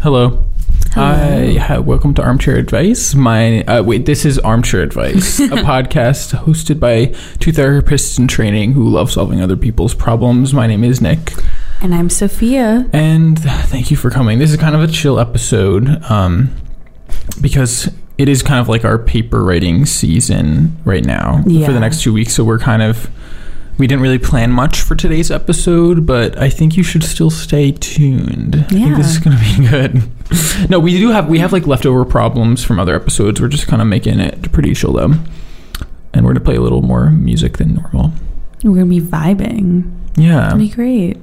Hello. Hi, hi, welcome to Armchair Advice. My uh, wait, this is Armchair Advice, a podcast hosted by two therapists in training who love solving other people's problems. My name is Nick, And I'm Sophia. and uh, thank you for coming. This is kind of a chill episode um, because it is kind of like our paper writing season right now for Yeah. the next two weeks. So we're kind of we didn't really plan much for today's episode, but I think you should still stay tuned. I think this is Yeah. going to be good. no, we do have we have like leftover problems from other episodes. We're just kind of making it pretty chill though, and we're gonna play a little more music than normal. We're gonna be vibing. Yeah. It'll be great.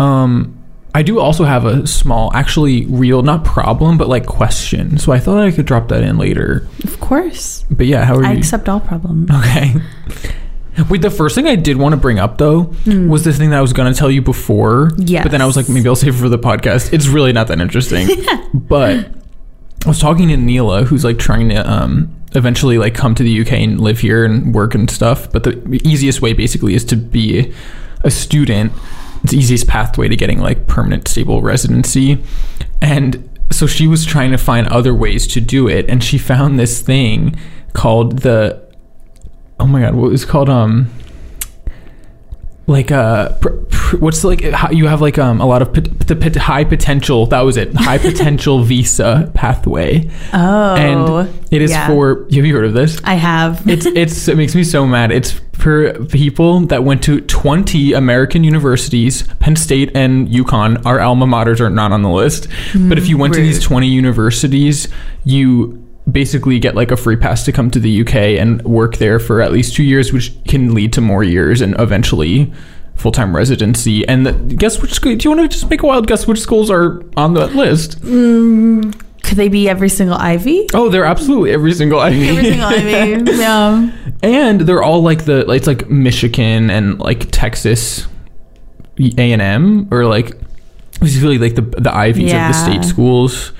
Um, I do also have a small, actually real, not problem, but like question. So I thought I could drop that in later. Of course. But yeah, how are I you? accept all problems. okay. Wait, the first thing I did want to bring up though Hmm. was this thing that I was going to tell you before. Mm. Yes. But then I was like, maybe I'll save it for the podcast. It's really not that interesting. but I was talking to Neela, who's like trying to um, eventually like come to the UK and live here and work and stuff. But the easiest way basically is to be a student. It's the easiest pathway to getting like permanent stable residency. And so she was trying to find other ways to do it. And she found this thing called the, oh my God, what was it called? Um, like uh pr- pr- what's like how you have like um a lot of pot- the pot- high potential that was it high potential visa pathway Oh. and it is yeah. for have you heard of this I have. it's it's it makes me so mad it's for people that went to 20 american universities penn state and yukon our alma maters are not on the list but if you went to these rude. 20 universities you basically get like a free pass to come to the uk and work there for at least two years which can lead to more years and eventually full-time residency and the, guess which school do you want to just make a wild guess which schools are on that list Mm. Could they be every single Ivy? oh they're absolutely every single ivy Every single Ivy. Yeah. and they're all like the it's like Michigan and like Texas A and M or like this is really like the the Ivies Yeah. of the state schools.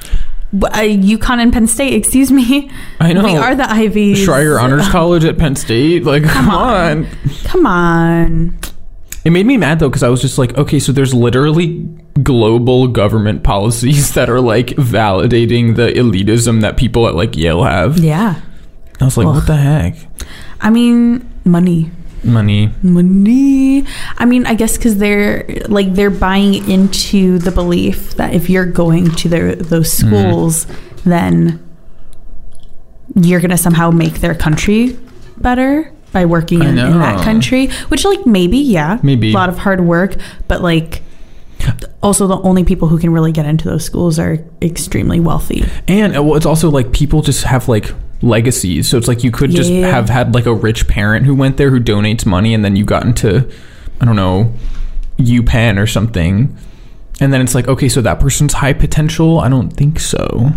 But, uh, UConn and Penn State. Excuse me. I know We are the Ivies. Schreier Honors College at Penn State. Like, come, on. Come on. It made me mad though because I was just like, okay, so there's literally global government policies that are like validating the elitism that people at like Yale have. Yeah. I was like, Ugh. what the heck, I mean, money. money? money i mean i guess because they're like they're buying into the belief that if you're going to their those schools then you're going to somehow make their country better by working I in, in know. that country which like maybe yeah Maybe. a lot of hard work but like also the only people who can really get into those schools are extremely wealthy And uh, well, it's also like people just have like legacies. So it's like you could just Yeah. have had like a rich parent who went there who donates money and then you got into, I don't know, UPenn or something. And then it's like, okay, so that person's high potential? I don't think so.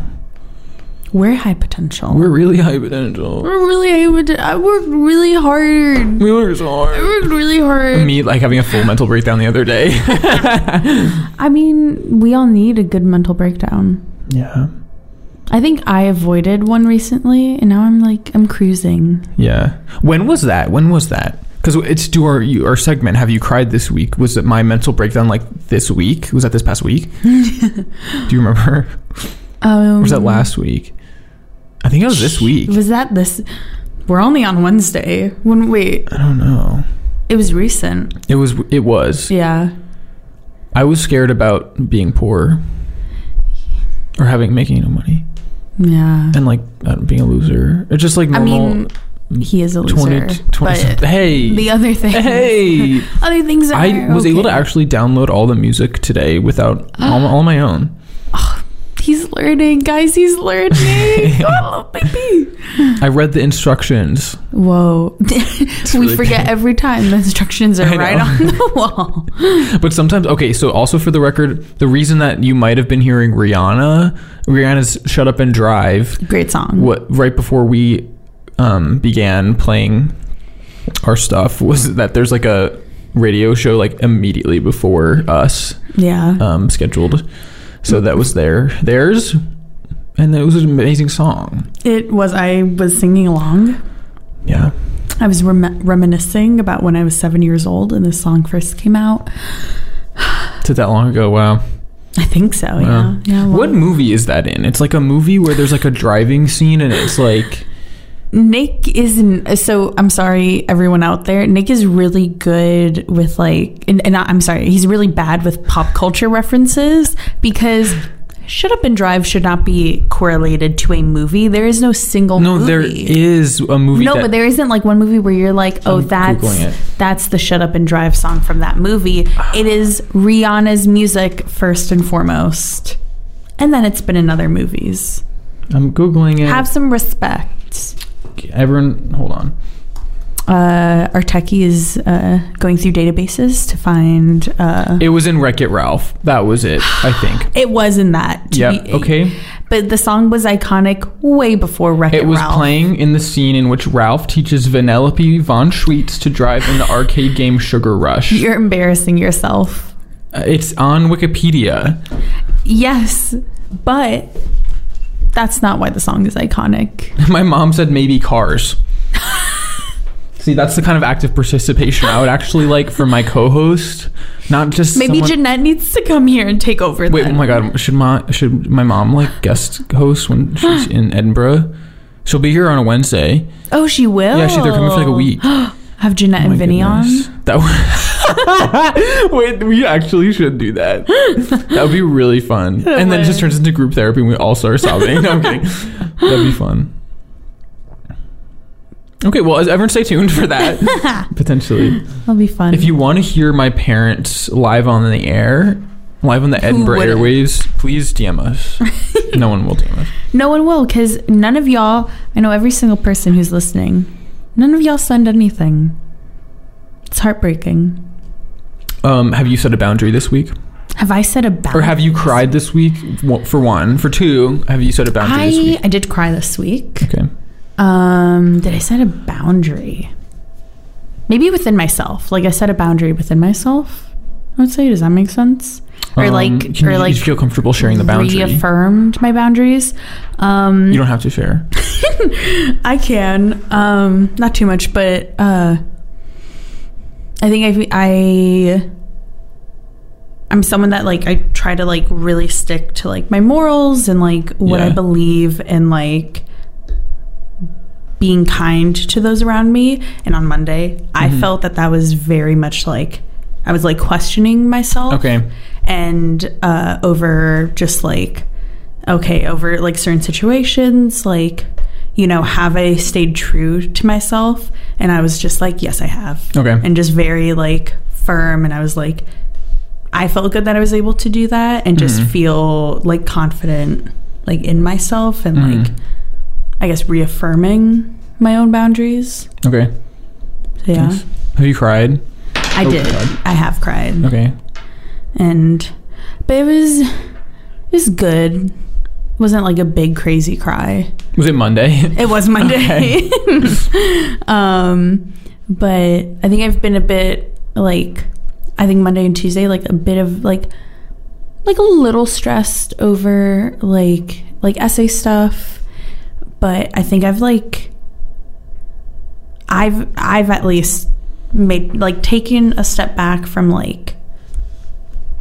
we're high potential We're really high potential. we're really I would- I worked really hard We were so I hard. worked really hard Me like having a full mental breakdown the other day. I mean, we all need a good mental breakdown. yeah. I think I avoided one recently, and now I'm like, I'm cruising. Yeah. When was that? When was that? Because it's do our you, our segment. Have you cried this week? Was it my mental breakdown like this week? Was that this past week? do you remember? Um, Or was that last week? I think it was this week. Was that this? We're only on Wednesday. When wait, I don't know. it was recent. It was. It was. Yeah. I was scared about being poor, or having making no money, Yeah. and like uh, being a loser. It's just like I normal. mean, he is a loser. 20, 20 but hey. the other thing. hey. Other things. Are I was able to okay. actually download all the music today without all, all my own. He's learning, guys. He's learning. oh, baby. I read the instructions. Whoa. we really forget every time the instructions are I right know. on the wall. But sometimes, okay, so also for the record, the reason that you might have been hearing Rihanna, Rihanna's Shut Up and Drive, Great song. what right before we um, began playing our stuff was that there's like a radio show like immediately before us Yeah. um, scheduled. So that was their theirs and it was an amazing song. It was. I was singing along. Yeah. I was rem- reminiscing about when I was seven years old and this song first came out. Took that long ago. Wow. I think so. Yeah. Wow. Yeah. well, What movie is that in? It's like a movie where there's like a driving scene and it's like Nick is n- so. I'm sorry, everyone out there. Nick is really good with like, and, and I- I'm sorry, he's really bad with pop culture references because "Shut Up and Drive" should not be correlated to a movie. There is no single no, movie. there is a movie. No, that- but there isn't like one movie where you're like, oh, I'm Googling it. that's that's the "Shut Up and Drive" song from that movie. It is Rihanna's music first and foremost, and then it's been in other movies. I'm googling it. Have some respect. Everyone, hold on. uh, our techie is uh, going through databases to find. Uh, It was in Wreck It Ralph. That was it, I think. it was in that. to yeah. be- Okay. But the song was iconic way before Wreck It It was Ralph. playing in the scene in which Ralph teaches Vanellope von Schweetz to drive in the arcade game Sugar Rush. You're embarrassing yourself. Uh, It's on Wikipedia. Yes, but that's not why the song is iconic. My mom said maybe cars. See, that's the kind of active participation I would actually like from my co-host, not just Maybe someone- Jeanette needs to come here and take over. Wait, oh then. my god, should my should my mom like guest host when she's in Edinburgh? She'll be here on a Wednesday. Oh, she will. Yeah, she, they're coming for Oh. like a week. Oh Have Jeanette and My Vinny goodness. on. That would- Wait, we actually should do that. That would be really fun. And then it just turns into group therapy and we all start sobbing. No, I'm kidding. That'd be fun. Okay, well, everyone stay tuned for that. Potentially. That'll be fun. If you want to hear my parents live on the air, live on the Edinburgh wouldn't? airwaves, please DM us. no one will DM us. No one will, because none of y'all, I know every single person who's listening, none of y'all send anything. It's heartbreaking. Um, have you set a boundary this week? Have I said a boundary? Or have you cried this week? Wo- For one. For two, have you set a boundary this I, week? I did cry this week. Okay. Um, did I set a boundary? Maybe within myself. Like I set a boundary within myself. I would say, does that make sense? Or Um, like, can or you, like, you feel comfortable sharing the boundary. reaffirmed my boundaries. Um, you don't have to share. I can. Um, not too much, but uh, I think I, I I'm someone that like I try to like really stick to like my morals and like what I Yeah. believe and like being kind to those around me. And on Monday, I Mm-hmm. felt that that was very much like I was like questioning myself Okay. and uh, over just like okay over like certain situations like you know have i stayed true to myself and i was just like yes i have Okay. and just very like firm and i was like i felt good that i was able to do that and just Mm-hmm. feel like confident like in myself and Mm-hmm. like i guess reaffirming my own boundaries Okay. so yeah Nice. Have you cried? i Oh, did God. i have cried Okay. and but it was it was good. It wasn't like a big crazy cry. Was it Monday? It was Monday. um but I think I've been a bit like I think Monday and Tuesday like a bit of like like a little stressed over like like essay stuff, but I think I've like I've I've at least made like taken a step back from like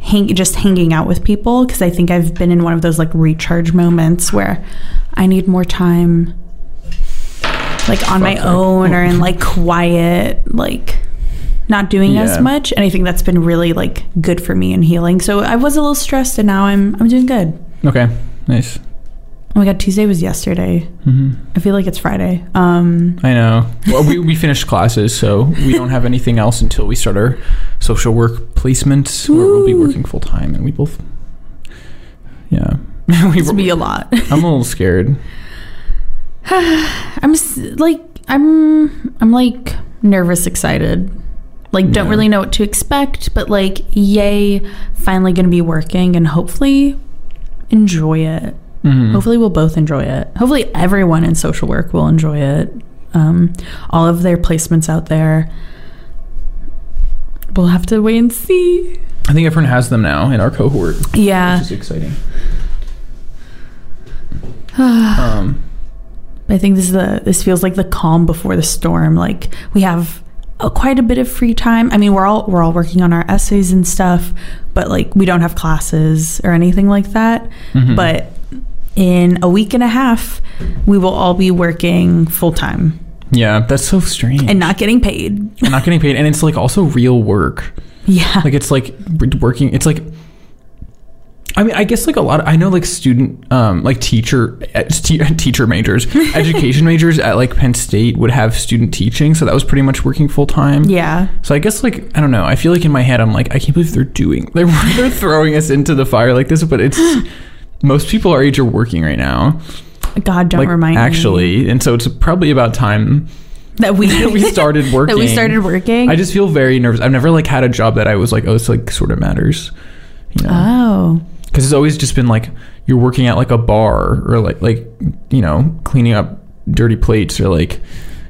hang, just hanging out with people because I think I've been in one of those like recharge moments where I need more time like on my Fuck, like- oh. own or in like quiet like not doing as Yeah. much and I think that's been really like good for me and healing. So I was a little stressed and now I'm I'm doing good. okay. Nice. Oh my god, Tuesday was yesterday. hmm I feel like it's Friday. Um I know. Well, we, we finished classes, so we don't have anything else until we start our social work placements, where we'll be Woo. working full time, and we both. Yeah. we, it's were- gonna be a lot. I'm a little scared. I'm s- like I'm I'm like nervous excited. Like don't Yeah. really know what to expect, but like yay, finally going to be working and hopefully enjoy it. Mhm. Hopefully we'll both enjoy it. Hopefully everyone in social work will enjoy it. Um, all of their placements out there. We'll have to wait and see. I think everyone has them now in our cohort, Yeah, which is exciting. um, Um, I think this is the this feels like the calm before the storm. Like we have uh, quite a bit of free time. I mean, we're all we're all working on our essays and stuff, but like we don't have classes or anything like that. Mhm. But in a week and a half, we will all be working full time yeah, that's so strange. and not getting paid. and not getting paid, and it's like also real work. Yeah. like it's like working it's like I mean, I guess like a lot. Of, I know like student, um, like teacher, eh, te- teacher majors, education majors at like Penn State would have student teaching, so that was pretty much working full time. yeah. So I guess like I don't know. I feel like in my head I'm like I can't believe they're doing they're they're throwing us into the fire like this. But it's most people our age are working right now, God, don't like remind me. actually, and so it's probably about time that we that we started working. that we started working. I just feel very nervous. I've never like had a job that I was like, oh, it's like sort of matters, you know? oh. Because it's always just been like you're working at like a bar or like like you know cleaning up dirty plates or like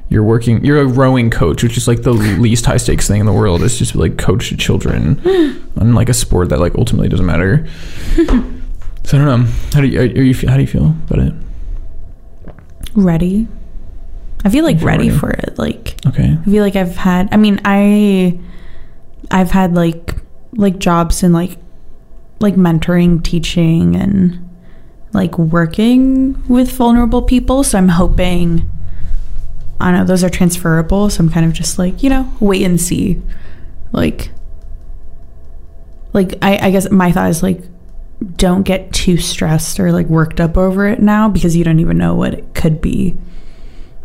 you're working you're a rowing coach, which is like the least high stakes thing in the world. It's just like coach children on like a sport that like ultimately doesn't matter. so I don't know. How do you are you how do you feel about it? ready. I feel like feel ready, ready. for it. Like Okay. I feel like I've had. I mean, I I've had like like jobs in like like mentoring, teaching, and like working with vulnerable people. So I'm hoping. I don't know. Those are transferable. So I'm kind of just like you know wait and see, like. Like I, I guess my thought is like, don't get too stressed or like worked up over it now because you don't even know what it could be.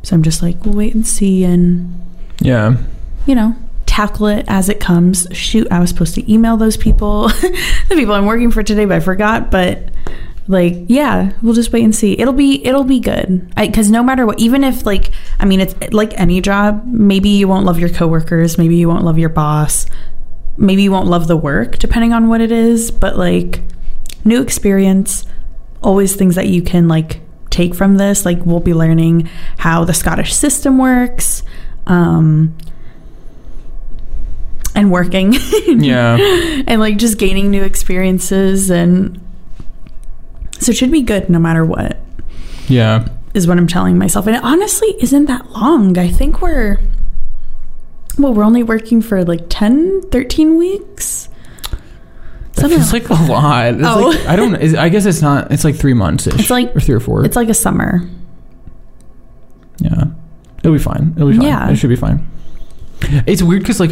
So I'm just like, we'll wait and see and Yeah. you know, tackle it as it comes. Shoot, I was supposed to email those people, the people I'm working for today, but I forgot. But like, yeah, we'll just wait and see. It'll be it'll be good because no matter what, even if like, I mean, it's like any job. Maybe you won't love your coworkers. Maybe you won't love your boss. Maybe you won't love the work, depending on what it is. But like, new experience, always things that you can like take from this. Like, we'll be learning how the Scottish system works. Um, and working Yeah. and like just gaining new experiences and so it should be good no matter what Yeah. is what I'm telling myself. And it honestly isn't that long. I think we're well, we're only working for like 10, 13 weeks. That Something feels like like a lot. It's Oh. like- I don't. is- I guess it's not. It's like three months. It's like- or three or four. it's like a summer. yeah, it'll be fine. It'll be fine. Yeah. it should be fine. It's weird because like,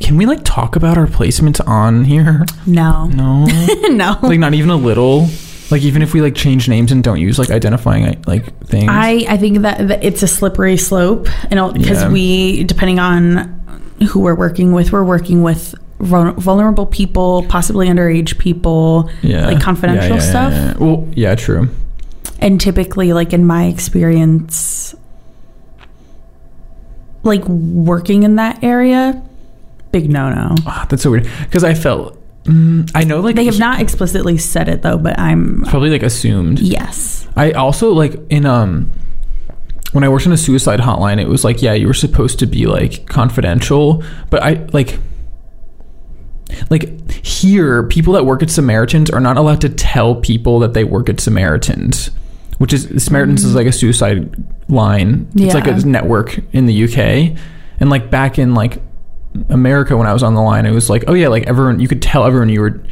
can we like talk about our placements on here? No. No, no. like not even a little. Like even if we like change names and don't use like identifying like things. I, I think that, that it's a slippery slope and because Yeah. we depending on who we're working with we're working with vul- vulnerable people possibly underage people yeah, like confidential Yeah, yeah, yeah, stuff. yeah, yeah. Well, yeah, true. and typically like in my experience like working in that area big no no Ah, that's so weird because I felt. Mm, I know like they have not explicitly said it though but i'm it's probably like assumed. yes I also like in um when I worked on a suicide hotline, it was like, yeah, you were supposed to be like confidential, but I like like here, people that work at Samaritans are not allowed to tell people that they work at Samaritans, which is Samaritans is like a suicide line. It's like Yeah. a network in the UK, and like back in like America when I was on the line, it was like, oh yeah, like everyone, you could tell everyone you were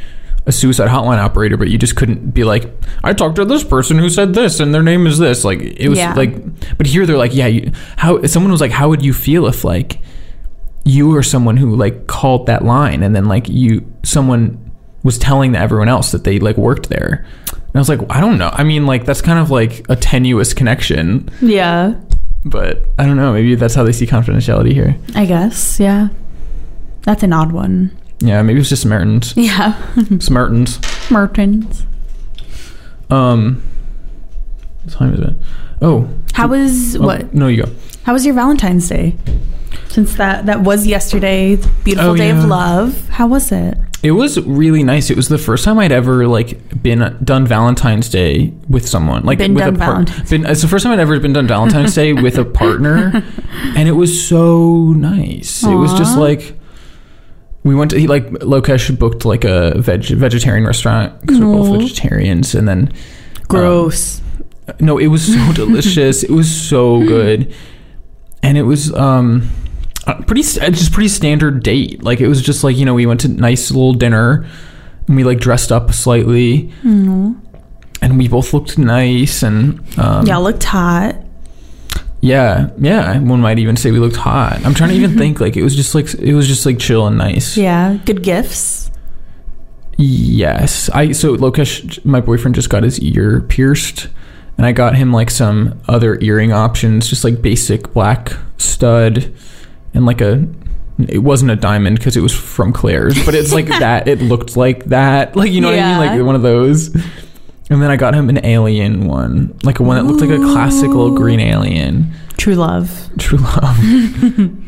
a suicide hotline operator, but you just couldn't be like, I talked to this person who said this, and their name is this. Like it was Yeah. like, but here they're like, yeah, you, how? Someone was like, how would you feel if like you were someone who like called that line, and then like you someone was telling everyone else that they like worked there. And I was like, I don't know. I mean, like that's kind of like a tenuous connection, yeah but I don't know. Maybe that's how they see confidentiality here. i guess yeah that's an odd one Yeah, maybe it's just Samaritans. yeah Samaritans. mertens Um, what time is it? Oh, how was oh, what No, you go. how was your valentine's day since that that was yesterday beautiful Oh, day yeah. of love how was it It was really nice. It was the first time I'd ever like been done Valentine's Day with someone. Like Been with done a par- Valentine's been, It's the first time I'd ever been done Valentine's Day with a partner, and it was so nice. It was just Aw. like we went to he, like Lokesh booked like a veg vegetarian restaurant because we're both Aw. vegetarians, and then um, gross No, it was so delicious. it was so good. And it was um uh, pretty st- it's just pretty standard date. Like it was just like you know we went to nice little dinner, and we like dressed up slightly, Mm-hmm. and we both looked nice and um, Y'all looked hot. yeah, yeah. One might even say we looked hot. I'm trying to even think like it was just like it was just like chill and nice. Yeah. Good gifts. Yes, I so Lokesh, my boyfriend just got his ear pierced, and I got him like some other earring options, just like basic black stud, and like a. It wasn't a diamond because it was from Claire's, but it's like that. It looked like that, like you know what I Yeah. mean, like one of those. And then I got him an alien one, like a one that looked like a classical Ooh. green alien, True love. true love.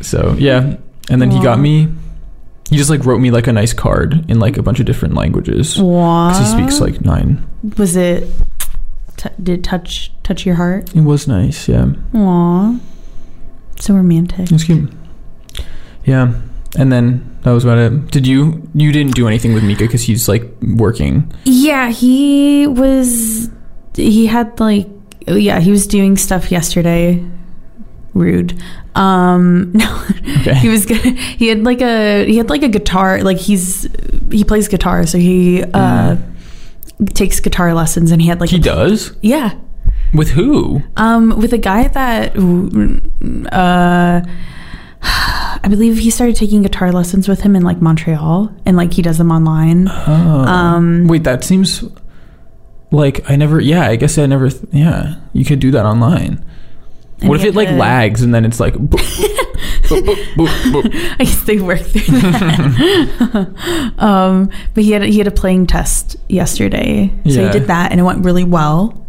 so yeah, and then he got Wow. me. He just like wrote me like a nice card in like a bunch of different languages. Wow. Because he speaks like nine. Was it? T- did it touch touch your heart? It was nice, yeah. Aw. So romantic. It was cute. Yeah. And then that was about it. Did you you didn't do anything with Mika because he's like working. Yeah, he was. He had like, yeah, he was doing stuff yesterday. Rude. Um, no, he Okay. was good. He had like a he had like a guitar. Like he's he plays guitar, so he uh takes guitar lessons, and he had like Mm. He a- does? yeah, With who? um, with a guy that uh. I believe he started taking guitar lessons with him in like Montreal, and like he does them online. Oh. Um, Wait, that seems like I never yeah, I guess I never th- yeah. You could do that online. And what if he it like had a- lags and then it's like boop, boop, boop, boop, boop. I guess they work through that. um, but he had he had a playing test yesterday, so Yeah. he did that, and it went really well.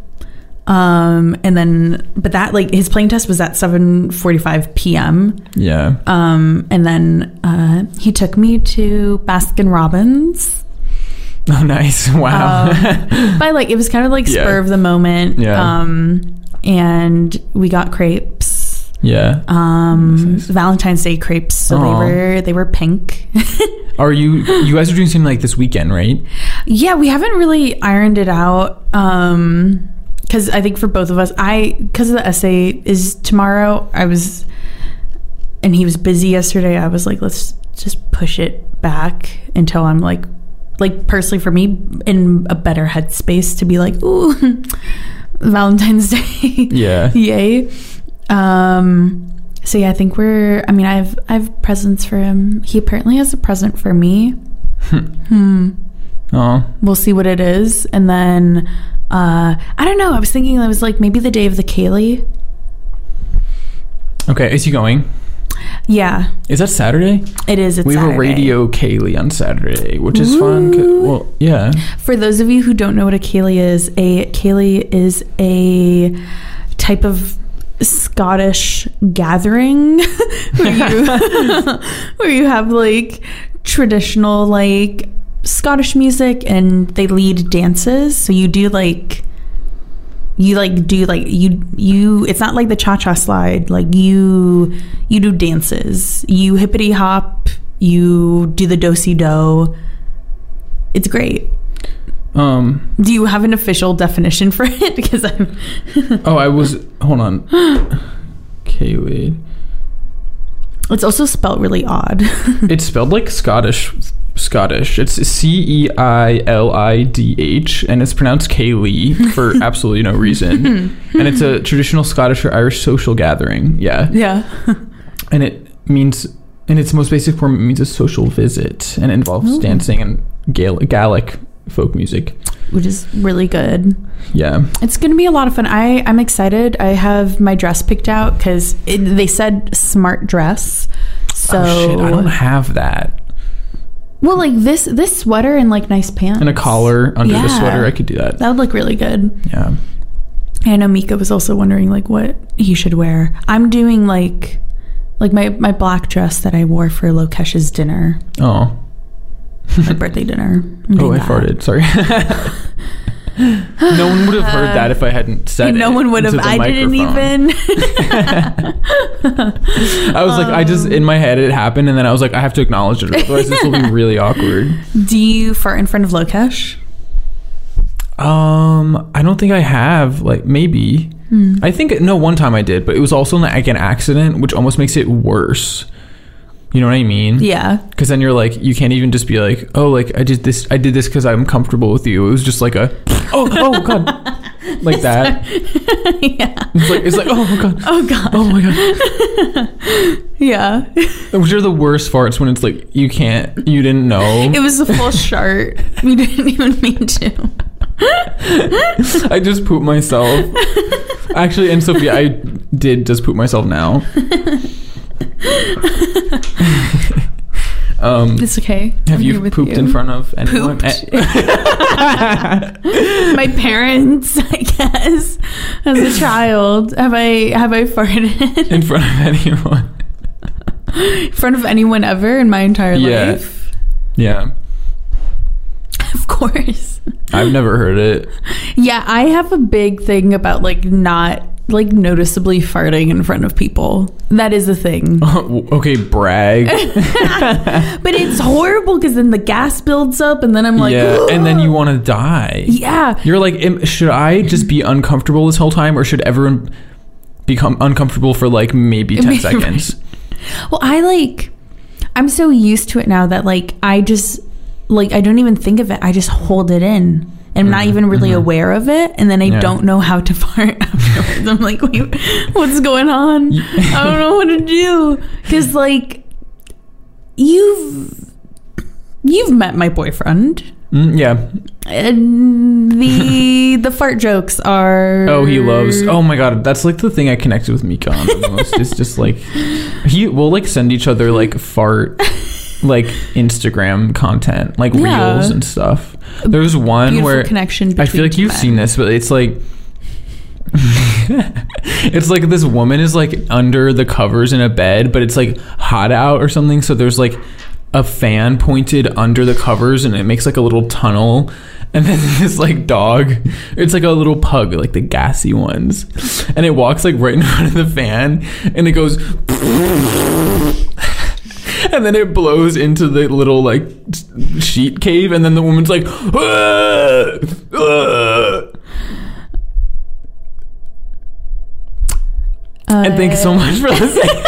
Um, and then, but that like his playing test was at seven forty five p.m. Yeah. Um, and then uh, he took me to Baskin Robbins. Oh nice. Wow. Um, by like it was kind of like Yeah. spur of the moment. Yeah. Um, and we got crepes. yeah. Um, Nice. Valentine's Day crepes. So Aw. they were they were pink. Are you you guys are doing something like this weekend, right? Yeah, we haven't really ironed it out. Um, because I think for both of us, I because the essay is tomorrow. I was, and he was busy yesterday. I was like, let's just push it back until I'm like, like personally for me, in a better headspace to be like, ooh, Valentine's Day, Yeah. yay. Um, so yeah, I think we're. I mean, I've I've presents for him. He apparently has a present for me. hmm Oh. we'll see what it is and then uh i don't know i was thinking I was like maybe the day of the kaylee Okay, is he going? yeah Is that Saturday? it is it's we have a Saturday. radio Kaylee on Saturday, which is fun. 'cause- Woo. Well, yeah, for those of you who don't know what a kaylee is a kaylee is a type of scottish gathering where, you, where you have like traditional like scottish music and they lead dances so you do like you like do like you you it's not like the cha-cha slide like you you do dances you hippity hop you do the do-si do it's great um, do you have an official definition for it because i'm oh, I was hold on, Kaylee. it's also spelt really odd It's spelled like Scottish, Scottish. It's C E I L I D H, and it's pronounced Kaylee for absolutely no reason. and it's a traditional Scottish or Irish social gathering. Yeah, yeah and it means in its most basic form, it means a social visit, and it involves Ooh. dancing and Gael- Gaelic folk music. which is really good Yeah. Oh, It's going to be a lot of fun. I, I'm excited. I have my dress picked out because they said smart dress. So, oh, shit, I don't have that. well, like this this sweater and like nice pants And a collar under the Yeah. sweater, I could do that. That would look really good. Yeah. I know Mika was also wondering like what he should wear. I'm doing like like my my black dress that I wore for Lokesh's dinner, Oh. my birthday dinner. I'm Oh, doing I that. farted. Sorry. no one would have heard that if I hadn't said No it one would have. into the I didn't microphone. even. I was like, I Um. just in my head it happened, and then I was like, I have to acknowledge it, otherwise this will be really awkward. Do you fart in front of Lokesh? Um, I don't think I have. Like maybe. Hmm. I think no. One time I did, but it was also like an accident, which almost makes it worse. You know what I mean? Yeah. Because then you're like, you can't even just be like, oh, like I did this, I did this because I'm comfortable with you. It was just like a, oh, oh god, like that. yeah. It's like, it's like, oh god, Oh god. oh my god. Yeah. Which are the worst farts when it's like you can't, you didn't know. It was a full shirt. We didn't even mean to. I just pooped myself. Actually, and Sophia, I did just poop myself now. um, It's okay. have I'm here you with pooped in front of anyone? Pooped. Eh, My parents, I guess, as a child, have I have I farted In front of anyone? in front of anyone ever in my entire Yeah. life? Yeah, Of course. I've never heard it. Yeah, I have a big thing about like not like noticeably farting in front of people. That is a thing. okay, brag. Oh. But it's horrible because then the gas builds up and then I'm like, yeah, and then you want to die. yeah, You're like, "Am- should I just be uncomfortable this whole time, or should everyone become uncomfortable for like maybe ten Right. seconds? Well, I like I'm so used to it now that like I just like I don't even think of it. I just hold it in. And I'm not even really aware of it, and then I Mm-hmm. Yeah. don't know how to fart afterwards. I'm like, wait, what's going on? I don't know what to do because, like, you've you've met my boyfriend, Mm, yeah. and the the fart jokes are Oh, he loves. Oh my god, that's like the thing I connected with Mika on the most. it's just like he will like send each other like fart, like Instagram content, like Yeah. reels and stuff. There's one beautiful where connection. I feel between like two you've men. seen this, but it's like it's like this woman is like under the covers in a bed, but it's like hot out or something. So there's like a fan pointed under the covers, and it makes like a little tunnel. And then this like dog, it's like a little pug, like the gassy ones, and it walks like right in front of the fan, and it goes. And then it blows into the little like sheet cave, and then the woman's like, "Ah! Ah!" and thanks so much for listening.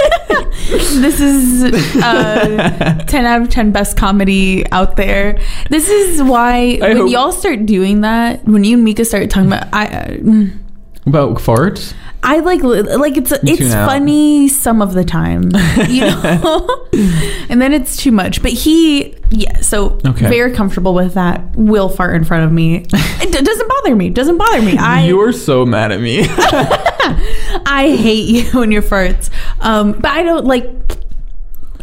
This is uh, 10 out of 10 best comedy out there. This is why I when hope- y'all start doing that, when you and Mika start talking about I uh, mm, About farts? I like li- like it's it's tune out. funny some of the time, you know. and then it's too much. But he yeah, so Okay. very comfortable with that. Will fart in front of me. It d- doesn't bother me. Doesn't bother me. I you are so mad at me. I hate you and your farts. Um, but I don't like.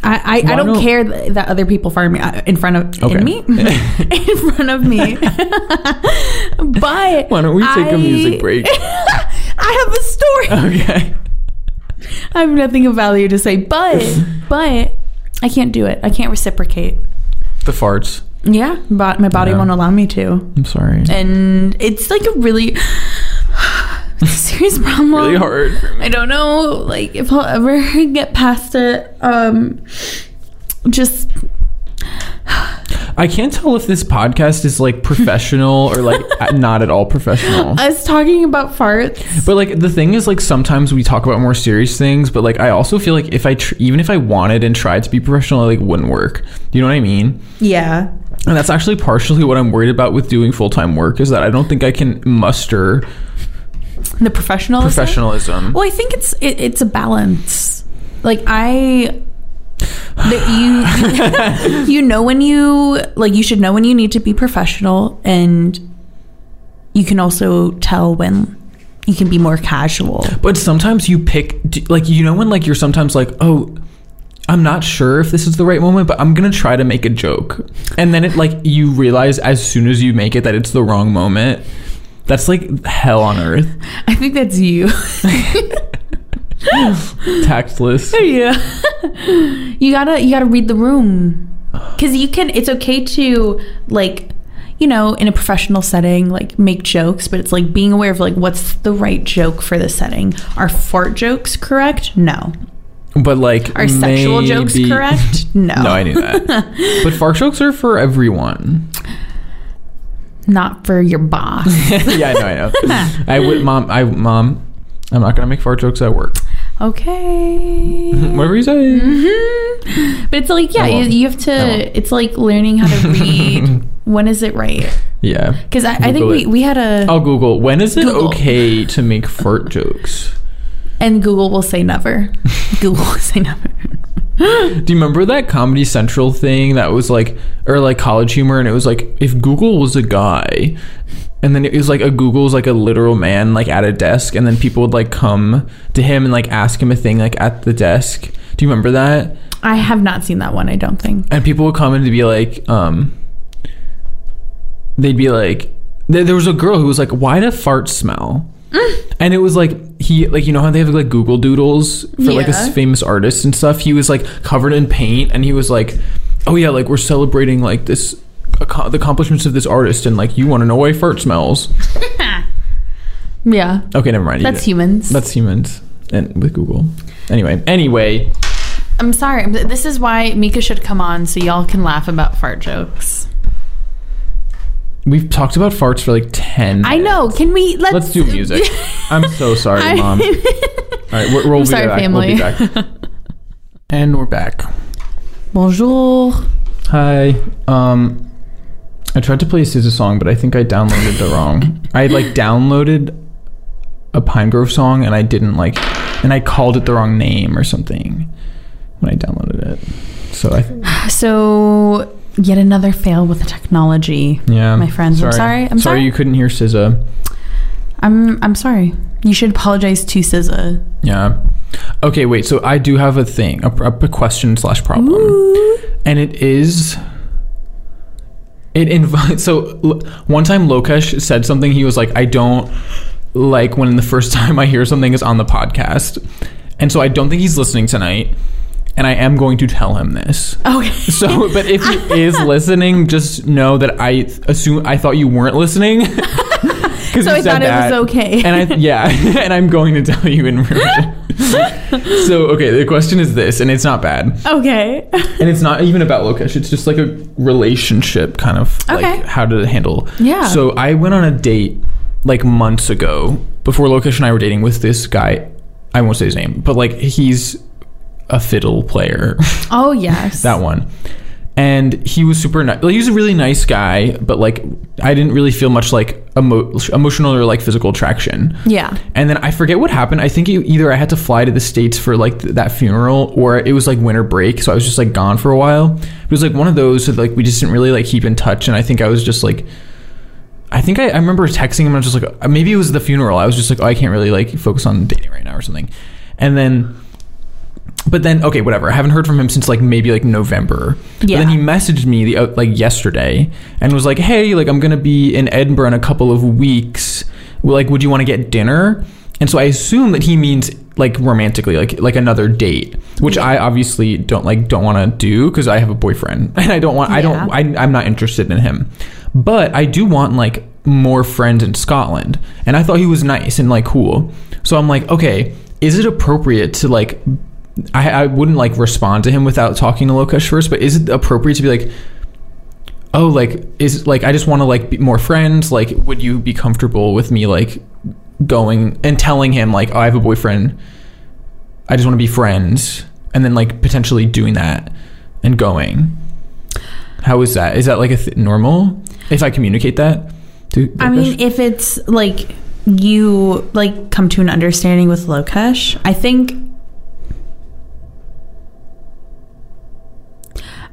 I, I, I Why don't don't- care th- that other people fart me uh, in front of Okay. in me in front of me. but Why don't we take a I- music break? I have a story. Okay. I have nothing of value to say, but but I can't do it. I can't reciprocate. The farts. Yeah, but my body Yeah. won't allow me to, I'm sorry. and it's like a really it's a serious problem. Really hard for me. I don't know, like if I'll ever get past it. Um, just I can't tell if this podcast is like professional or like not at all professional. us talking about farts. But like the thing is, like sometimes we talk about more serious things, but like I also feel like if I tr- even if I wanted and tried to be professional, it like wouldn't work. You know what I mean? Yeah, And that's actually partially what I'm worried about with doing full time work is that I don't think I can muster the professional. professionalism. Well, I think it's it, it's a balance. Like I. That you you know when you like you should know when you need to be professional and you can also tell when you can be more casual. But sometimes you pick, d- like, you know, when like you're sometimes like, oh, I'm not sure if this is the right moment, but I'm gonna try to make a joke, and then it like you realize as soon as you make it that it's the wrong moment. That's like hell on earth, I think that's you. tactless. yeah you gotta you gotta read the room because you can it's okay to like you know in a professional setting like make jokes but it's like being aware of like what's the right joke for the setting are fart jokes correct no But like, are sexual jokes maybe- correct no, No, I knew that. but fart jokes are for everyone. not for your boss yeah, I know, I know. I would, mom, I mom, I'm not gonna make fart jokes at work. okay Whatever you say. Mhm. But it's like, yeah, I you, won't. you have I won't. to. It's like learning how to read. when is it right? Yeah. Because I, I think Google we, it. Oh. we had a I'll Google when is it Google. okay to make fart jokes? and Google will say never. Google will say never. Do you remember that Comedy Central thing that was like, or like College Humor, and it was like if Google was a guy, and then it was like a Google was like a literal man like at a desk, and then people would like come to him and like ask him a thing like at the desk. Do you remember that? I have not seen that one. I don't think. And people would come and be like, um, they'd be like, th- there was a girl who was like, why do farts smell? Mm. And it was like he like you know how they have like Google doodles for like Yeah. this famous artist and stuff. He was like covered in paint, and he was like, "Oh yeah, like we're celebrating like this ac- the accomplishments of this artist, and like you want to know why fart smells." Yeah, Okay, never mind. You that's did- humans. that's humans and with Google. Anyway, anyway, I'm sorry. but This is why Mika should come on so y'all can laugh about fart jokes. we've talked about farts for like ten. I know. Can we let's, Let's do music. I'm so sorry, I- mom. All right, we're, we'll I'm be sorry, back. family. We'll be back. and we're back. Bonjour. Hi. Um, I tried to play a SZA song, but I think I downloaded the wrong. I had, like downloaded a Pine Grove song, and I didn't like, and I called it the wrong name or something when I downloaded it. So I, So yet another fail with the technology. yeah. My friends, I'm sorry. I'm sorry. you couldn't hear SZA. I'm I'm sorry. You should apologize to SZA. Yeah. Okay, wait. So I do have a thing, a, a question slash problem. Mm-hmm. and it is it invites so l- one time lokesh said something he was like i don't like when the first time i hear something is on the podcast and so i don't think he's listening tonight and i am going to tell him this Okay. so but if he is listening just know that i assume i thought you weren't listening because So I thought it was okay. and I yeah, and I'm going to tell you in real. so okay, the question is this, and it's not bad, okay. and it's not even about Lokesh. It's just like a relationship kind of like Okay. how to handle. Yeah. So I went on a date like months ago before Lokesh and I were dating with this guy. I won't say his name, but like he's a fiddle player. Oh yes. That one. And he was super nice. Like, he was a really nice guy, but like I didn't really feel much like emo- emotional or like physical attraction. Yeah. And then I forget what happened. I think it, either I had to fly to the states for like th- that funeral, or it was like winter break, so I was just like gone for a while. It was like one of those that like we just didn't really like keep in touch, and I think I was just like, I think I, I remember texting him. And I was just like, uh, maybe it was the funeral. I was just like, oh, I can't really like focus on dating right now or something. And then, but then okay, whatever. I haven't heard from him since like maybe like November. Yeah. But then he messaged me the uh, like yesterday and was like, "Hey, like I'm gonna be in Edinburgh in a couple of weeks. Well, Like, would you want to get dinner?" And so I assume that he means like romantically, like like another date, which I obviously don't like don't want to do because I have a boyfriend and I don't want I don't I, I'm not interested in him. But I do want like more friends in Scotland, and I thought he was nice and like cool. So I'm like, okay, is it appropriate to like I, I wouldn't like respond to him without talking to Lokesh first, but is it appropriate to be like, oh, like is like I just want to like be more friends. Like, would you be comfortable with me like going and telling him like, oh, I have a boyfriend. I just want to be friends, and then like potentially doing that and going. How is that? Is that like a th- normal? If I communicate that, to I mean, if it's like you like come to an understanding with Lokesh, I think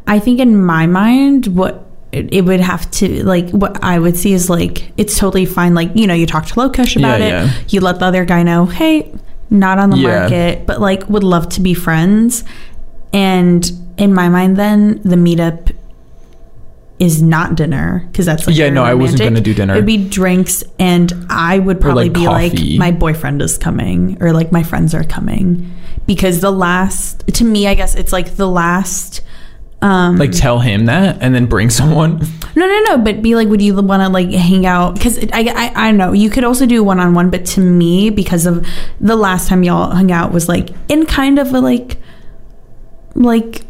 I think in my mind what it it would have to like what I would see is like it's totally fine. Like you know, you talk to Lokesh about Yeah, it. yeah. You let the other guy know, hey, not on the Yeah. market, but like would love to be friends. And in my mind, then the meetup is not dinner because that's like Yeah, very no, I wasn't romantic. gonna do dinner. It'd be drinks, and I would probably like, be coffee. like, my boyfriend is coming, or like my friends are coming, because the last to me, I guess it's like the last. Um, like tell him that and then bring someone. no, no, no. But be like, would you want to like hang out? Because I, I, I don't know. You could also do one on one, but to me, because of the last time y'all hung out was like in kind of a like, like,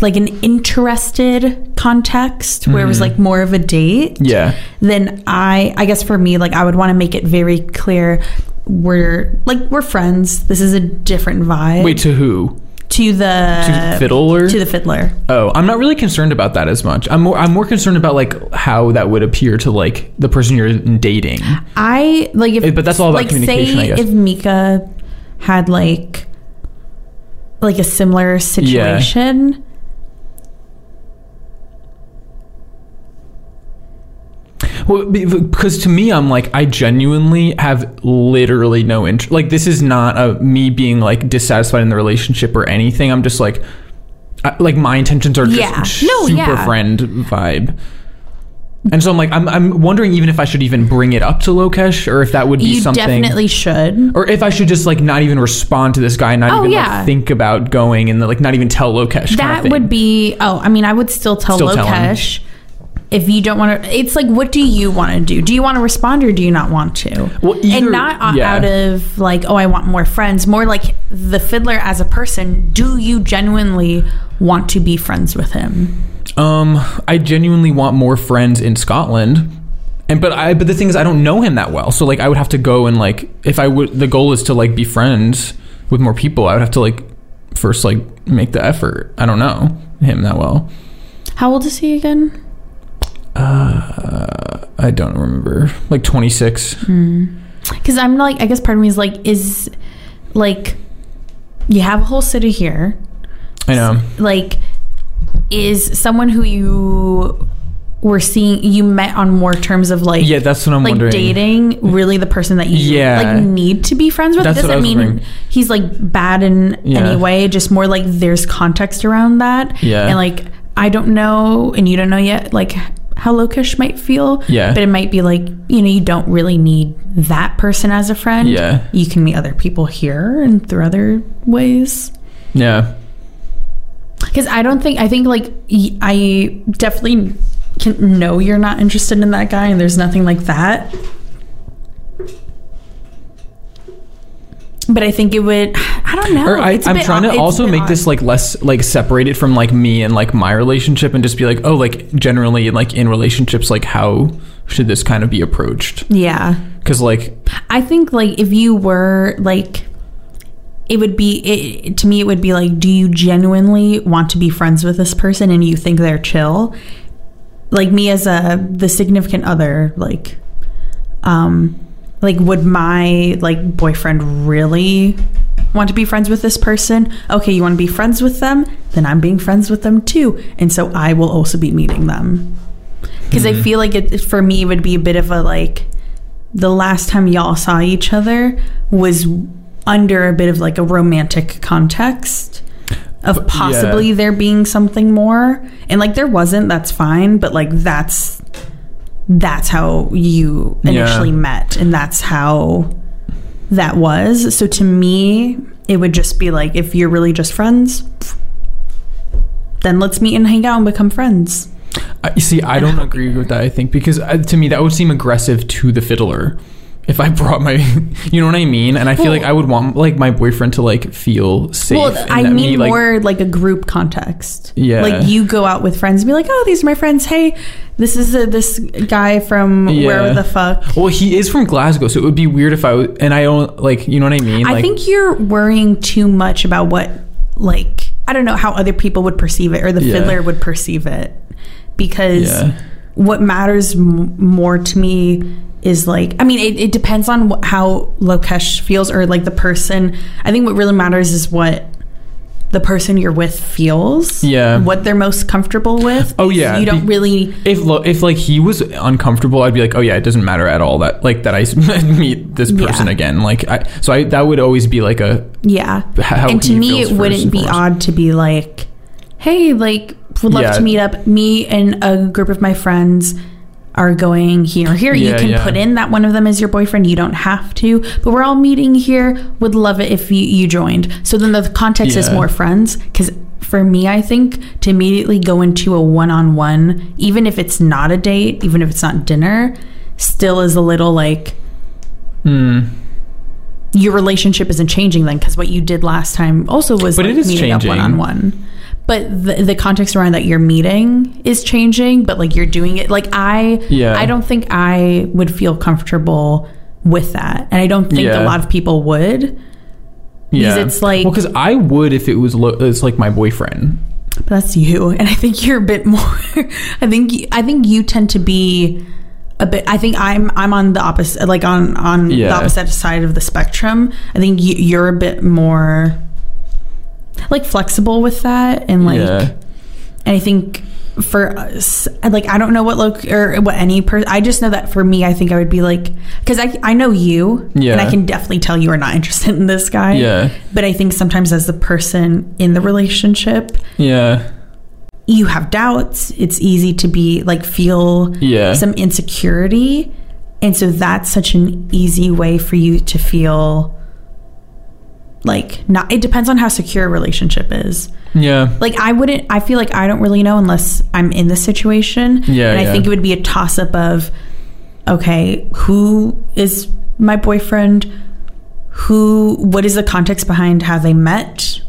like an interested context where it was Mm-hmm. like more of a date. Yeah, Then I, I guess for me, like I would want to make it very clear. We're like we're friends. This is a different vibe. wait to who? to the to fiddler. Uh, to the fiddler. oh, I'm not really concerned about that as much. I'm more I'm more concerned about like how that would appear to like the person you're dating. I like if Eh, but that's all about like communication, say I guess. if Mika had like like a similar situation. Well, be- because to me, I'm like, I genuinely have literally no interest. Like, this is not a me being like dissatisfied in the relationship or anything. I'm just like, I, like my intentions are just Yeah. sh- No, super yeah. friend vibe. And so I'm like, I'm, I'm wondering even if I should even bring it up to Lokesh or if that would be You something. definitely should. or if I should just like not even respond to this guy, and not Oh, even yeah. like think about going and like not even tell Lokesh. That would be oh, I mean I would still tell Still tell him. Lokesh if you don't want to it's like what do you want to do? Do you want to respond or do you not want to? Well, either- and not o- yeah. out of like oh I want more friends, more like the fiddler as a person, do you genuinely want to be friends with him? Um, I genuinely want more friends in Scotland. And but I but the thing is I don't know him that well. So like I would have to go and like if I would the goal is to like be friends with more people, I would have to like first like make the effort. I don't know him that well. How old is he again? Uh I don't remember. Like 26. Because I'm like, I guess part of me is like, is like, you have a whole city here. I know. Like, is someone who you were seeing, you met on more terms of like, Yeah, that's what I'm like wondering. dating, really the person that you Yeah. like need to be friends with? That's what I Doesn't was mean wondering. he's like bad in Yeah. any way. Just more like there's context around that. Yeah. and like I don't know, and you don't know yet. Like how Lokesh might feel. Yeah. but it might be like you know you don't really need that person as a friend. Yeah. you can meet other people here and through other ways. Yeah. Because I don't think I think like y- I definitely can know you're not interested in that guy, and there's nothing like that. But I think it would. I don't know. Or I, Oh, It's a I'm bit trying to odd- it's a also bit make odd. this like less like separated from like me and like my relationship and just be like, oh, like generally like in relationships, like how should this kind of be approached? Yeah, Because like I think like if you were like, it would be it, to me. It would be like, do you genuinely want to be friends with this person, and you think they're chill? Like me as a the significant other, like, um, like would my like boyfriend really want to be friends with this person? Okay, you want to be friends with them, then I'm being friends with them too, and so I will also be meeting them. Because I feel like it for me it would be a bit of a like the last time y'all saw each other was under a bit of like a romantic context of possibly there being something more and like there wasn't that's fine but like that's that's how you Yeah. initially met and that's how that was so to me it would just be like if you're really just friends then let's meet and hang out and become friends I, you see, I don't agree with that. I think because uh, to me that would seem aggressive to the fiddler. If I brought my, you know what I mean, and I feel like Well- I would want like my boyfriend to like feel safe. Well, and I that mean me, like- more like a group context. Yeah. like you go out with friends, and be like, "Oh, these are my friends. Hey, this is uh this guy from Yeah. where the fuck." Well, he is from Glasgow, so it would be weird if I w- and I don't like, you know what I mean. I like, think you're worrying too much about what, like, I don't know how other people would perceive it or the Yeah. fiddler would perceive it, because Yeah. what matters m- more to me is like, I mean, it, it depends on wh- how Lokesh feels or like the person. I think what really matters is what the person you're with feels. Yeah. what they're most comfortable with. Oh, yeah. you don't Be- really. if lo- if like he was uncomfortable, I'd be like, oh yeah, it doesn't matter at all that like that I s- meet this Yeah. person again. Like, I so I that would always be like a Yeah. how and to he me, feels it wouldn't first be and foremost. odd to be like, hey, like, would love Yeah. to meet up. Me and a group of my friends are going here. Here, Yeah, you can yeah. put in that one of them is your boyfriend. You don't have to, but we're all meeting here. Would love it if you, you joined. So then the context is Yeah. more friends because. For me, I think to immediately go into a one on one, even if it's not a date, even if it's not dinner, still is a little like, Hmm. your relationship isn't changing then because what you did last time also was But like, it is meeting changing. up one on one. But the, the context around that you're meeting is changing, but like you're doing it like I Yeah. I don't think I would feel comfortable with that. And I don't think Yeah. a lot of people would. Because yeah. it's like- well, because I would if it was lo- it's like my boyfriend. But that's you, and I think you're a bit more. I think y- I think you tend to be a bit. I think I'm I'm on the opposite, like on on the Yeah. opposite side of the spectrum. I think you, you're a bit more like flexible with that, and like yeah, and I think for us, like I don't know what look or what any person. I just know that for me, I think I would be like because I I know you, and I Yeah. can definitely tell you are not interested in this guy. yeah, But I think sometimes as the person in the relationship, yeah, you have doubts. It's easy to be like feel yeah. some insecurity. And so that's such an easy way for you to feel like not it depends on how secure a relationship is. yeah. Like I wouldn't I feel like I don't really know unless I'm in this situation. Yeah, And I yeah. think it would be a toss up of okay, who is my boyfriend? Who what is the context behind how they met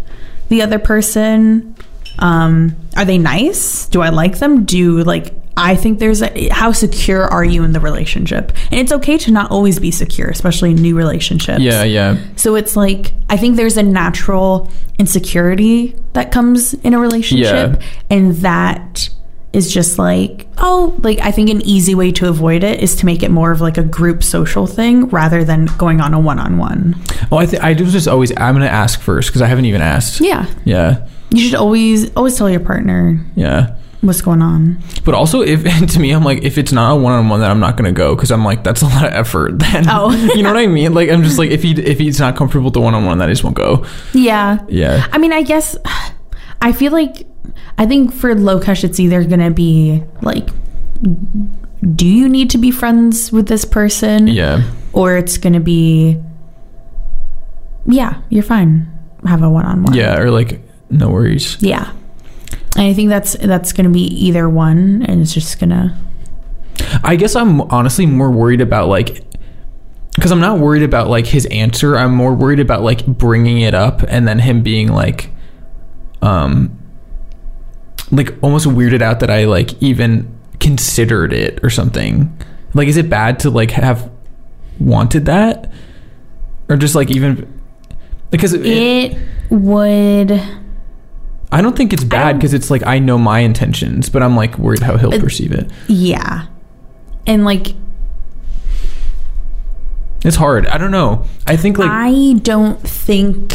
the other person? Um, are they nice? Do I like them? Do like I think there's a how secure are you in the relationship? And it's okay to not always be secure, especially in new relationships. Yeah, yeah, So it's like I think there's a natural insecurity that comes in a relationship and that is just like oh like I think an easy way to avoid it is to make it more of like a group social thing rather than going on a one-on-one. Oh, I th- I was just always I'm gonna ask first because I haven't even asked. Yeah. Yeah, You should always always tell your partner yeah. what's going on. But also, if to me, I'm like, if it's not a one on one, then I'm not gonna go because I'm like, that's a lot of effort. Then, Oh. you know what I mean? Like, I'm just like, if he if he's not comfortable with the one on one, then I just won't go. Yeah. Yeah, I mean, I guess I feel like I think for Lokesh, it's either gonna be like, do you need to be friends with this person, yeah, or it's gonna be, yeah, you're fine. Have a one-on-one. yeah. Or like, no worries. Yeah. And I think that's that's gonna be either one, and it's just gonna. I guess I'm honestly more worried about like because I'm not worried about like his answer. I'm more worried about like bringing it up and then him being like um like almost weirded out that I like even considered it or something. Like is it bad to like have wanted that or just like even because it, It would. I don't think it's bad because it's like I know my intentions, but I'm like worried how he'll It- perceive it. Yeah. And like It's hard. I don't know. I think like I don't think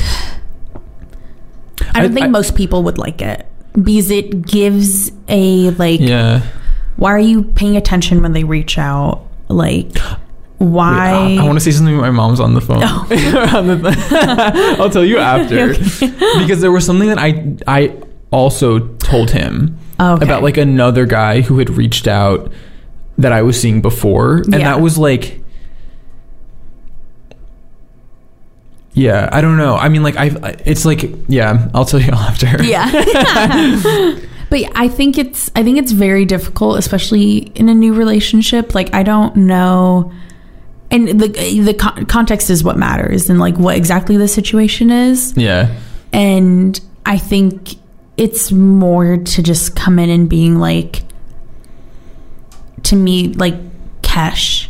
I don't I- think I- most people would like it because it gives a like yeah. why are you paying attention when they reach out like why Wait, uh, I want to say something. when My mom's on the phone. Oh. On the th- I'll tell you after, because there was something that I I also told him Oh, Okay. about like another guy who had reached out that I was seeing before, and Yeah. that was like. Yeah, I don't know. I mean, like, I, I- it's like, yeah, I'll tell you all after. yeah but yeah, i think it's i think it's very difficult especially in a new relationship like i don't know and the the con- context is what matters and like what exactly the situation is Yeah. And I think it's more to just come in and being like, to me, like, Kesh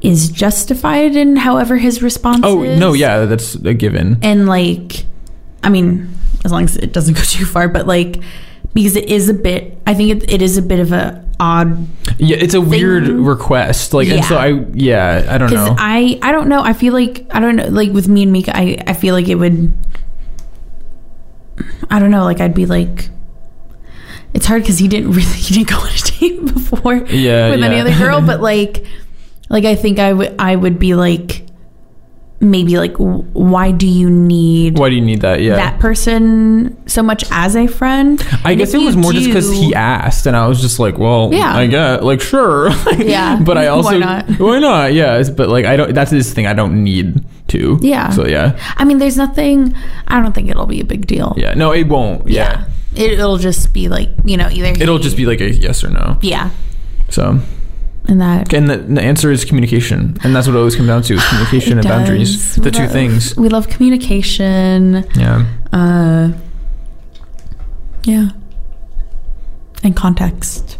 is justified in however his response Oh, is. no, yeah, that's a given. And like, I mean, as long as it doesn't go too far, but like, because it is a bit, I think it, it is a bit of a odd Yeah, it's a weird request. Like, and so Yeah. I, yeah, I don't because know. I I don't know. I feel like I don't know. Like with me and Mika, I I feel like it would. I don't know. Like I'd be like. It's hard because he didn't really he didn't go on a date before Yeah, with any yeah. other girl, but like, like I think I would I would be like, maybe like, w- why do you need Why do you need that? Yeah. that person so much as a friend? I And guess if it was you more just 'cause just because do- he asked, and I was just like, "Well, Yeah. I get like sure, Yeah. But I Why also not? why not? Yeah, it's- but like I don't. That's his thing. I don't need to. Yeah. So yeah, I mean, there's nothing. I don't think it'll be a big deal. yeah. No, it won't. Yeah. It, it'll just be like you know either It'll he- just be like a yes or no. yeah So, and that and the, the answer is communication, and that's what it always comes down to: is communication It and boundaries. does. The We two love- things. we love communication Yeah. uh yeah and context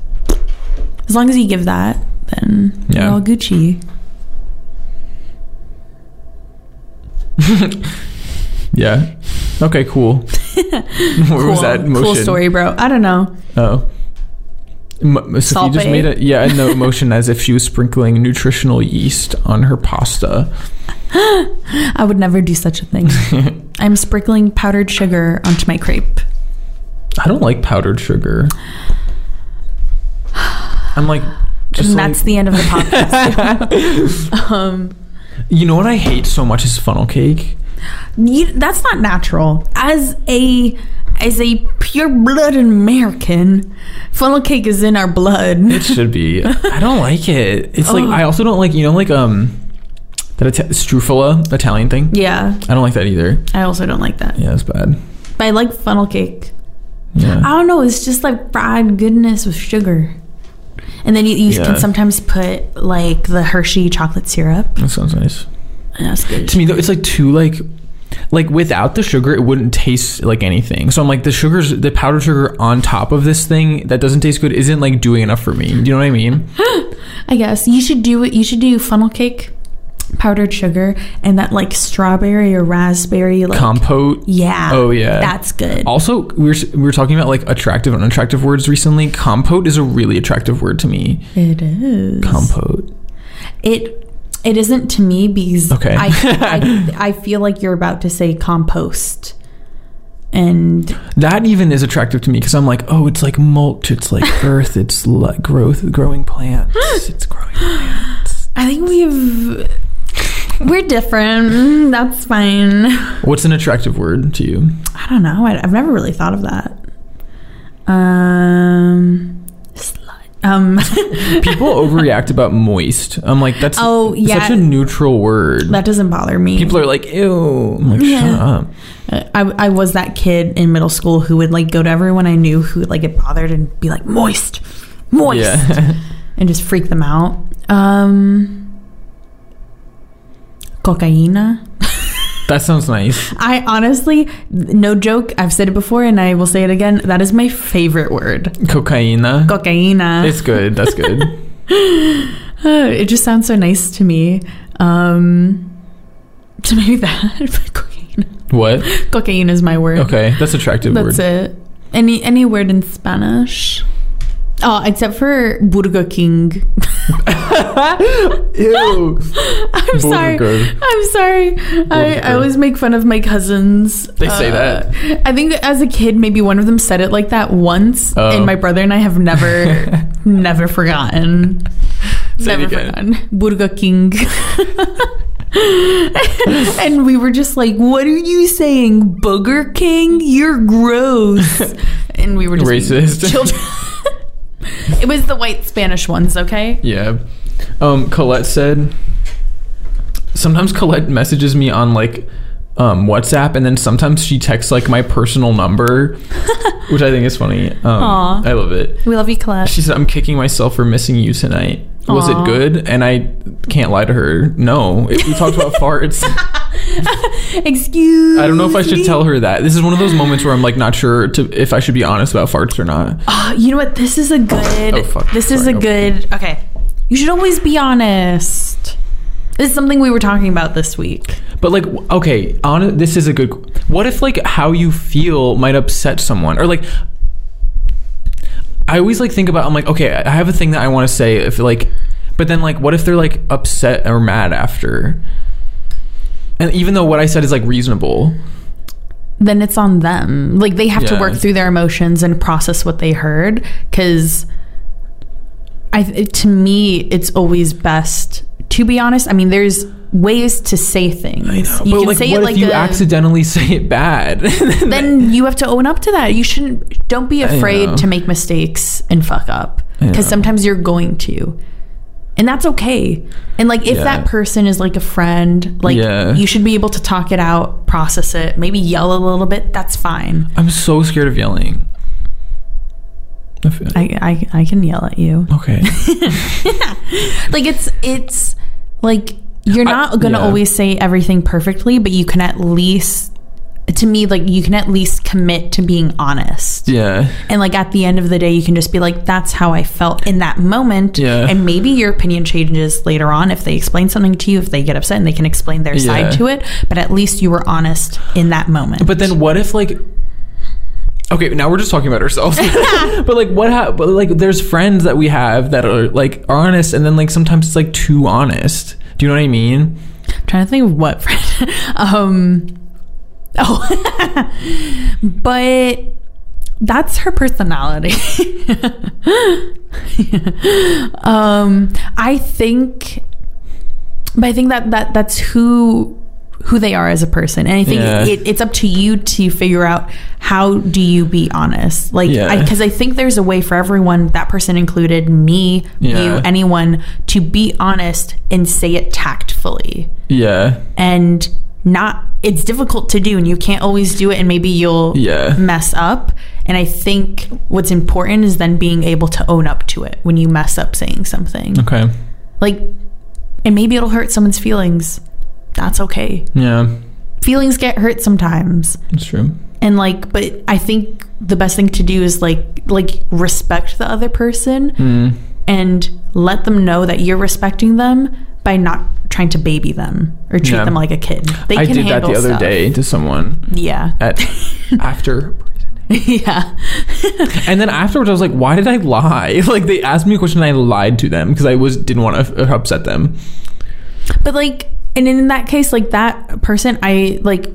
as long as you give that then Yeah. you're all gucci Yeah. Okay. Cool. what was Cool- that motion? Cool story, bro. I don't know. Oh. M- Sophie Salt just Bae. made a yeah a no motion as if she was sprinkling nutritional yeast on her pasta. I would never do such a thing. I'm sprinkling powdered sugar onto my crepe. I don't like powdered sugar. I'm like, just and like, that's the end of the podcast. um, you know what I hate so much is funnel cake. you, that's not natural. As a as a pure blood American, funnel cake is in our blood. It should be. I don't like it. It's like Ugh. I also don't like you know like um that Ita- strufola Italian thing. Yeah, I don't like that either. I also don't like that. Yeah, it's bad. But I like funnel cake. I Yeah. don't know. It's just like fried goodness with sugar. And then you, you Yeah. can sometimes put like the Hershey chocolate syrup. That sounds nice. And that's good. To me though, it's like too like like without the sugar, it wouldn't taste like anything. So I'm like the sugar's the powdered sugar on top of this thing that doesn't taste good isn't like doing enough for me. Do you know what I mean? I guess you should do it. You should do funnel cake, powdered sugar, and that like strawberry or raspberry. Like, Compote. yeah. Oh yeah. That's good. Also, we were we were talking about like attractive and unattractive words recently. Compote is a really attractive word to me. It is. Compote. It it isn't to me because Okay. I, I I feel like you're about to say compost, and That even is attractive to me because I'm like, oh, it's like mulch, it's like earth, it's like growth, growing plants, it's growing. I think we've we're different. Mm, That's fine. What's an attractive word to you? I don't know. I, I've never really thought of that. Um, slut. Um. People overreact about moist. I'm like, that's Oh yeah. such a neutral word. That doesn't bother me. People are like, ew. I'm like, shut Yeah. up. I, I was that kid in middle school who would like go to everyone I knew who would like get bothered and be like moist, moist, Yeah. and just freak them out. Um, cocaina. that sounds nice. I honestly, no joke. I've said it before, and I will say it again. That is my favorite word, Cocaina. cocaina. it's good. That's good. Uh, it just sounds so nice to me. Um, so maybe that but cocaina. what? Cocaine is my word. Okay. That's attractive That's word. it. Any any word in Spanish? Oh, except for Burger King. Ew. I'm sorry. Burger. I'm sorry. I, Burger. I always make fun of my cousins. Uh, They say that. I think as a kid, maybe one of them said it like that once, Oh. and my brother and I have never, never forgotten. Say it never again. forgotten. Burger King. and we were just like, "What are you saying, Burger King? You're gross." and we were just being Racist. Children. it was the white Spanish ones, okay? Yeah. Um, Colette said. Sometimes Colette messages me on like um, WhatsApp, and then sometimes she texts like my personal number, which I think is funny. Um, Aw. I love it. We love you, Colette. She said, "I'm kicking myself for missing you tonight. Was Aw. it good?" And I can't lie to her. No, it, we talked about farts. Excuse. I don't know if I should me. tell her that. This is one of those moments where I'm like not sure to, if I should be honest about farts or not. Oh, you know what? This is a good. Oh, fuck. This is Sorry. a Oh. good. Okay. You should always be honest. This is something we were talking about this week. But like, w- okay, on this is a good. qu- What if like how you feel might upset someone, or like, I always like think about. I'm like, okay, I have a thing that I want to say. If like, but then like, what if they're like upset or mad after? And even though what I said is like reasonable, Then it's on them. Like they have to Yeah. work through their emotions and process what they heard. Because, I th- to me, it's always best to be honest. I mean, there's ways to say things. You but can like, say what it if like you a- accidentally say it bad? then you have to own up to that. You shouldn't. Don't be know. afraid to make mistakes and fuck up I know. because sometimes you're going to, and that's okay. And like if Yeah. that person is like a friend, like Yeah. you should be able to talk it out, process it, maybe yell a little bit. That's fine. I'm so scared of yelling. I feel- I I, I can yell at you. okay. Like it's it's like you're not gonna yeah. always say everything perfectly, but you can at least to me like you can at least commit to being honest Yeah. and like at the end of the day you can just be like that's how i felt in that moment Yeah. and maybe your opinion changes later on if they explain something to you if they get upset and they can explain their Yeah. side to it but at least you were honest in that moment But then what if like Okay, now we're just talking about ourselves. but like what hap but like there's friends that we have that are like are honest and then like sometimes it's like too honest. Do you know what I mean? I'm trying to think of what friend. um, oh, but that's her personality. um, I think, but I think that that that's who who they are as a person, and I think Yeah. it, it's up to you to figure out how do you be honest, like Yeah. because I, think there's a way for everyone, that person included, me, you, Yeah. anyone, to be honest and say it tactfully Yeah. and not it's difficult to do and you can't always do it and maybe you'll Yeah. mess up and i think what's important is then being able to own up to it when you mess up saying something Okay. like and maybe it'll hurt someone's feelings that's okay Yeah. feelings get hurt sometimes That's true. and like but i think the best thing to do is like like respect the other person Mm. and let them know that you're respecting them by not trying to baby them or treat Yeah. them like a kid. They I can did that handle the other stuff. day to someone Yeah. at after yeah. and then afterwards I was like, why did I lie? Like they asked me a question and I lied to them because I was didn't want to f- upset them. But like and in that case like that person I like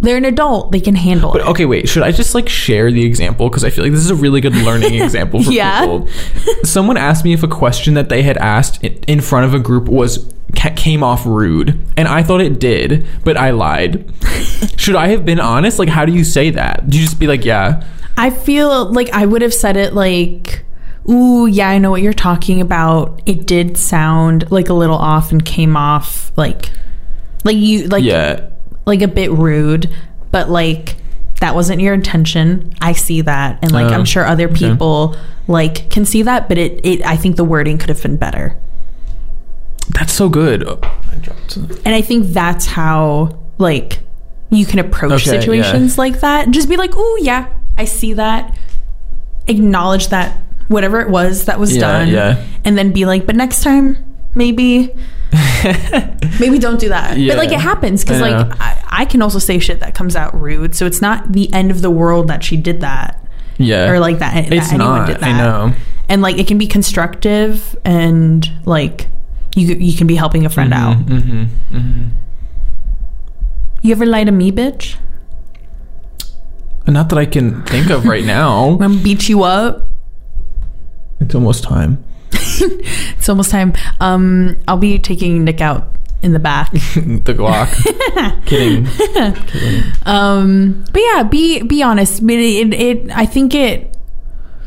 they're an adult. They can handle But it. okay, wait. Should I just like share the example because I feel like this is a really good learning example for Yeah. people. Someone asked me if a question that they had asked i- in front of a group was ca- came off rude, and I thought it did, but I lied. Should I have been honest? Like, how do you say that? Do you just be like, yeah, I feel like I would have said it like Ooh, yeah, I know what you're talking about. It did sound like a little off and came off like like you like yeah, like a bit rude, but like that wasn't your intention. I see that, and like Oh, I'm sure other people like can see that, but it, it I think the wording could have been better, that's so good. Oh, I dropped. something. and I think that's how like you can approach Okay, yeah. situations like that. Just be like, oh yeah, I see that. Acknowledge that whatever it was that was Yeah, done, yeah. and then be like, but next time maybe. Maybe don't do that. Yeah. But like it happens because I like know. I, I can also say shit that comes out rude, so it's not the end of the world that she did that Yeah, or like that, that it's anyone not. did that. I know. And like it can be constructive and like you you can be helping a friend out. Mm-hmm, mm-hmm. You ever lie to me, bitch? Not that I can think of right now. I'm gonna beat you up. it's almost time. It's almost time. Um, I'll be taking Nick out in the back. the Glock. Kidding. um but yeah be be honest I mean, it, it i think it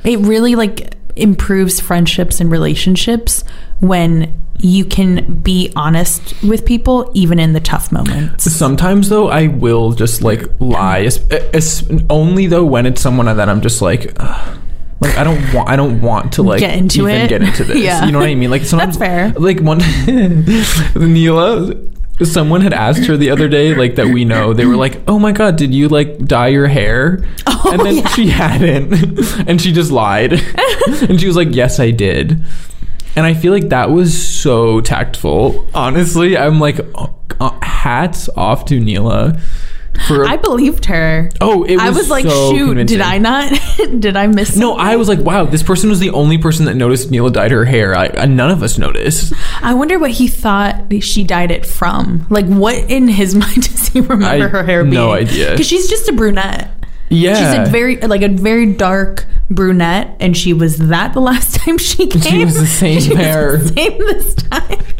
it really like improves friendships and relationships when you can be honest with people even in the tough moments Sometimes though, I will just like lie. Es- es- only though when it's someone that I'm just like, ugh. like I don't want, I don't want to like Get into even it? get into this. Yeah. You know what I mean? Like sometimes, fair. Like one, Neela. Someone had asked her the other day, like that we know. They were like, "Oh my god, did you like dye your hair?" Oh, and then yeah. she hadn't, and she just lied, and she was like, "Yes, I did." And I feel like that was so tactful. Honestly, I'm like, oh, uh, hats off to Neela for. i believed her oh, it was i was like so shoot convincing. did i not did i miss No, I was like, wow, this person was the only person that noticed Neela dyed her hair. I, I, none of us noticed. i wonder what he thought she dyed it from like what in his mind does he remember I- her hair being no idea. because she's just a brunette Yeah, She's a very like a very dark brunette, and she was that the last time she came. was the same She was hair. the same this time.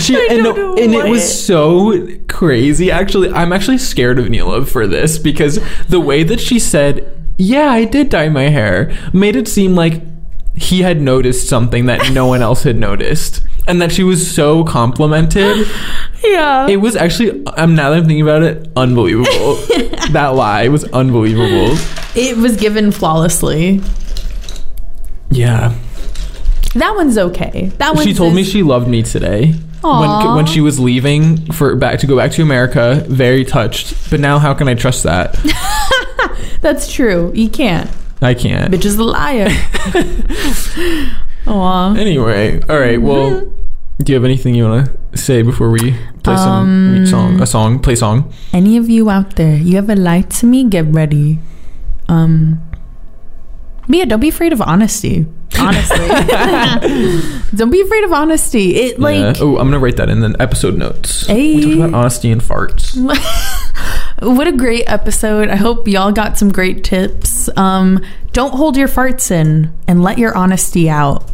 She I and, don't no- know and it why. was so crazy. Actually, I'm actually scared of Neela for this because the way that she said, "Yeah, I did dye my hair," made it seem like he had noticed something that no one else had noticed, and that she was so complimented. yeah. It was actually, I'm now that I'm thinking about it, unbelievable. that lie was unbelievable. it was given flawlessly. Yeah, That one's okay. That one. she told me she loved me today. when, Aw. when she was leaving for back to go back to America, very touched. But now, how can I trust that? That's true. You can't. I can't. Bitch is a liar. Aw. Anyway, all right. Well, do you have anything you want to say before we play some Um, song? A song, play song. Any of you out there, you ever lied to me? Get ready. Um, but yeah, don't be afraid of honesty. Honestly, don't be afraid of honesty. It like oh, I'm gonna write that in the episode notes. We talked Hey. about honesty and farts. what a great episode. I hope y'all got some great tips. Um, don't hold your farts in and let your honesty out.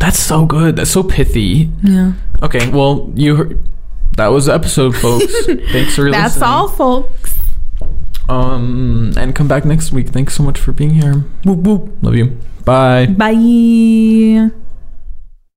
That's so good. That's so pithy. Yeah, Okay, well, you heard, that was the episode, folks. Thanks for that's listening. all, folks. Um, and come back next week. Thanks so much for being here. Whoop whoop. Love you. Bye. Bye.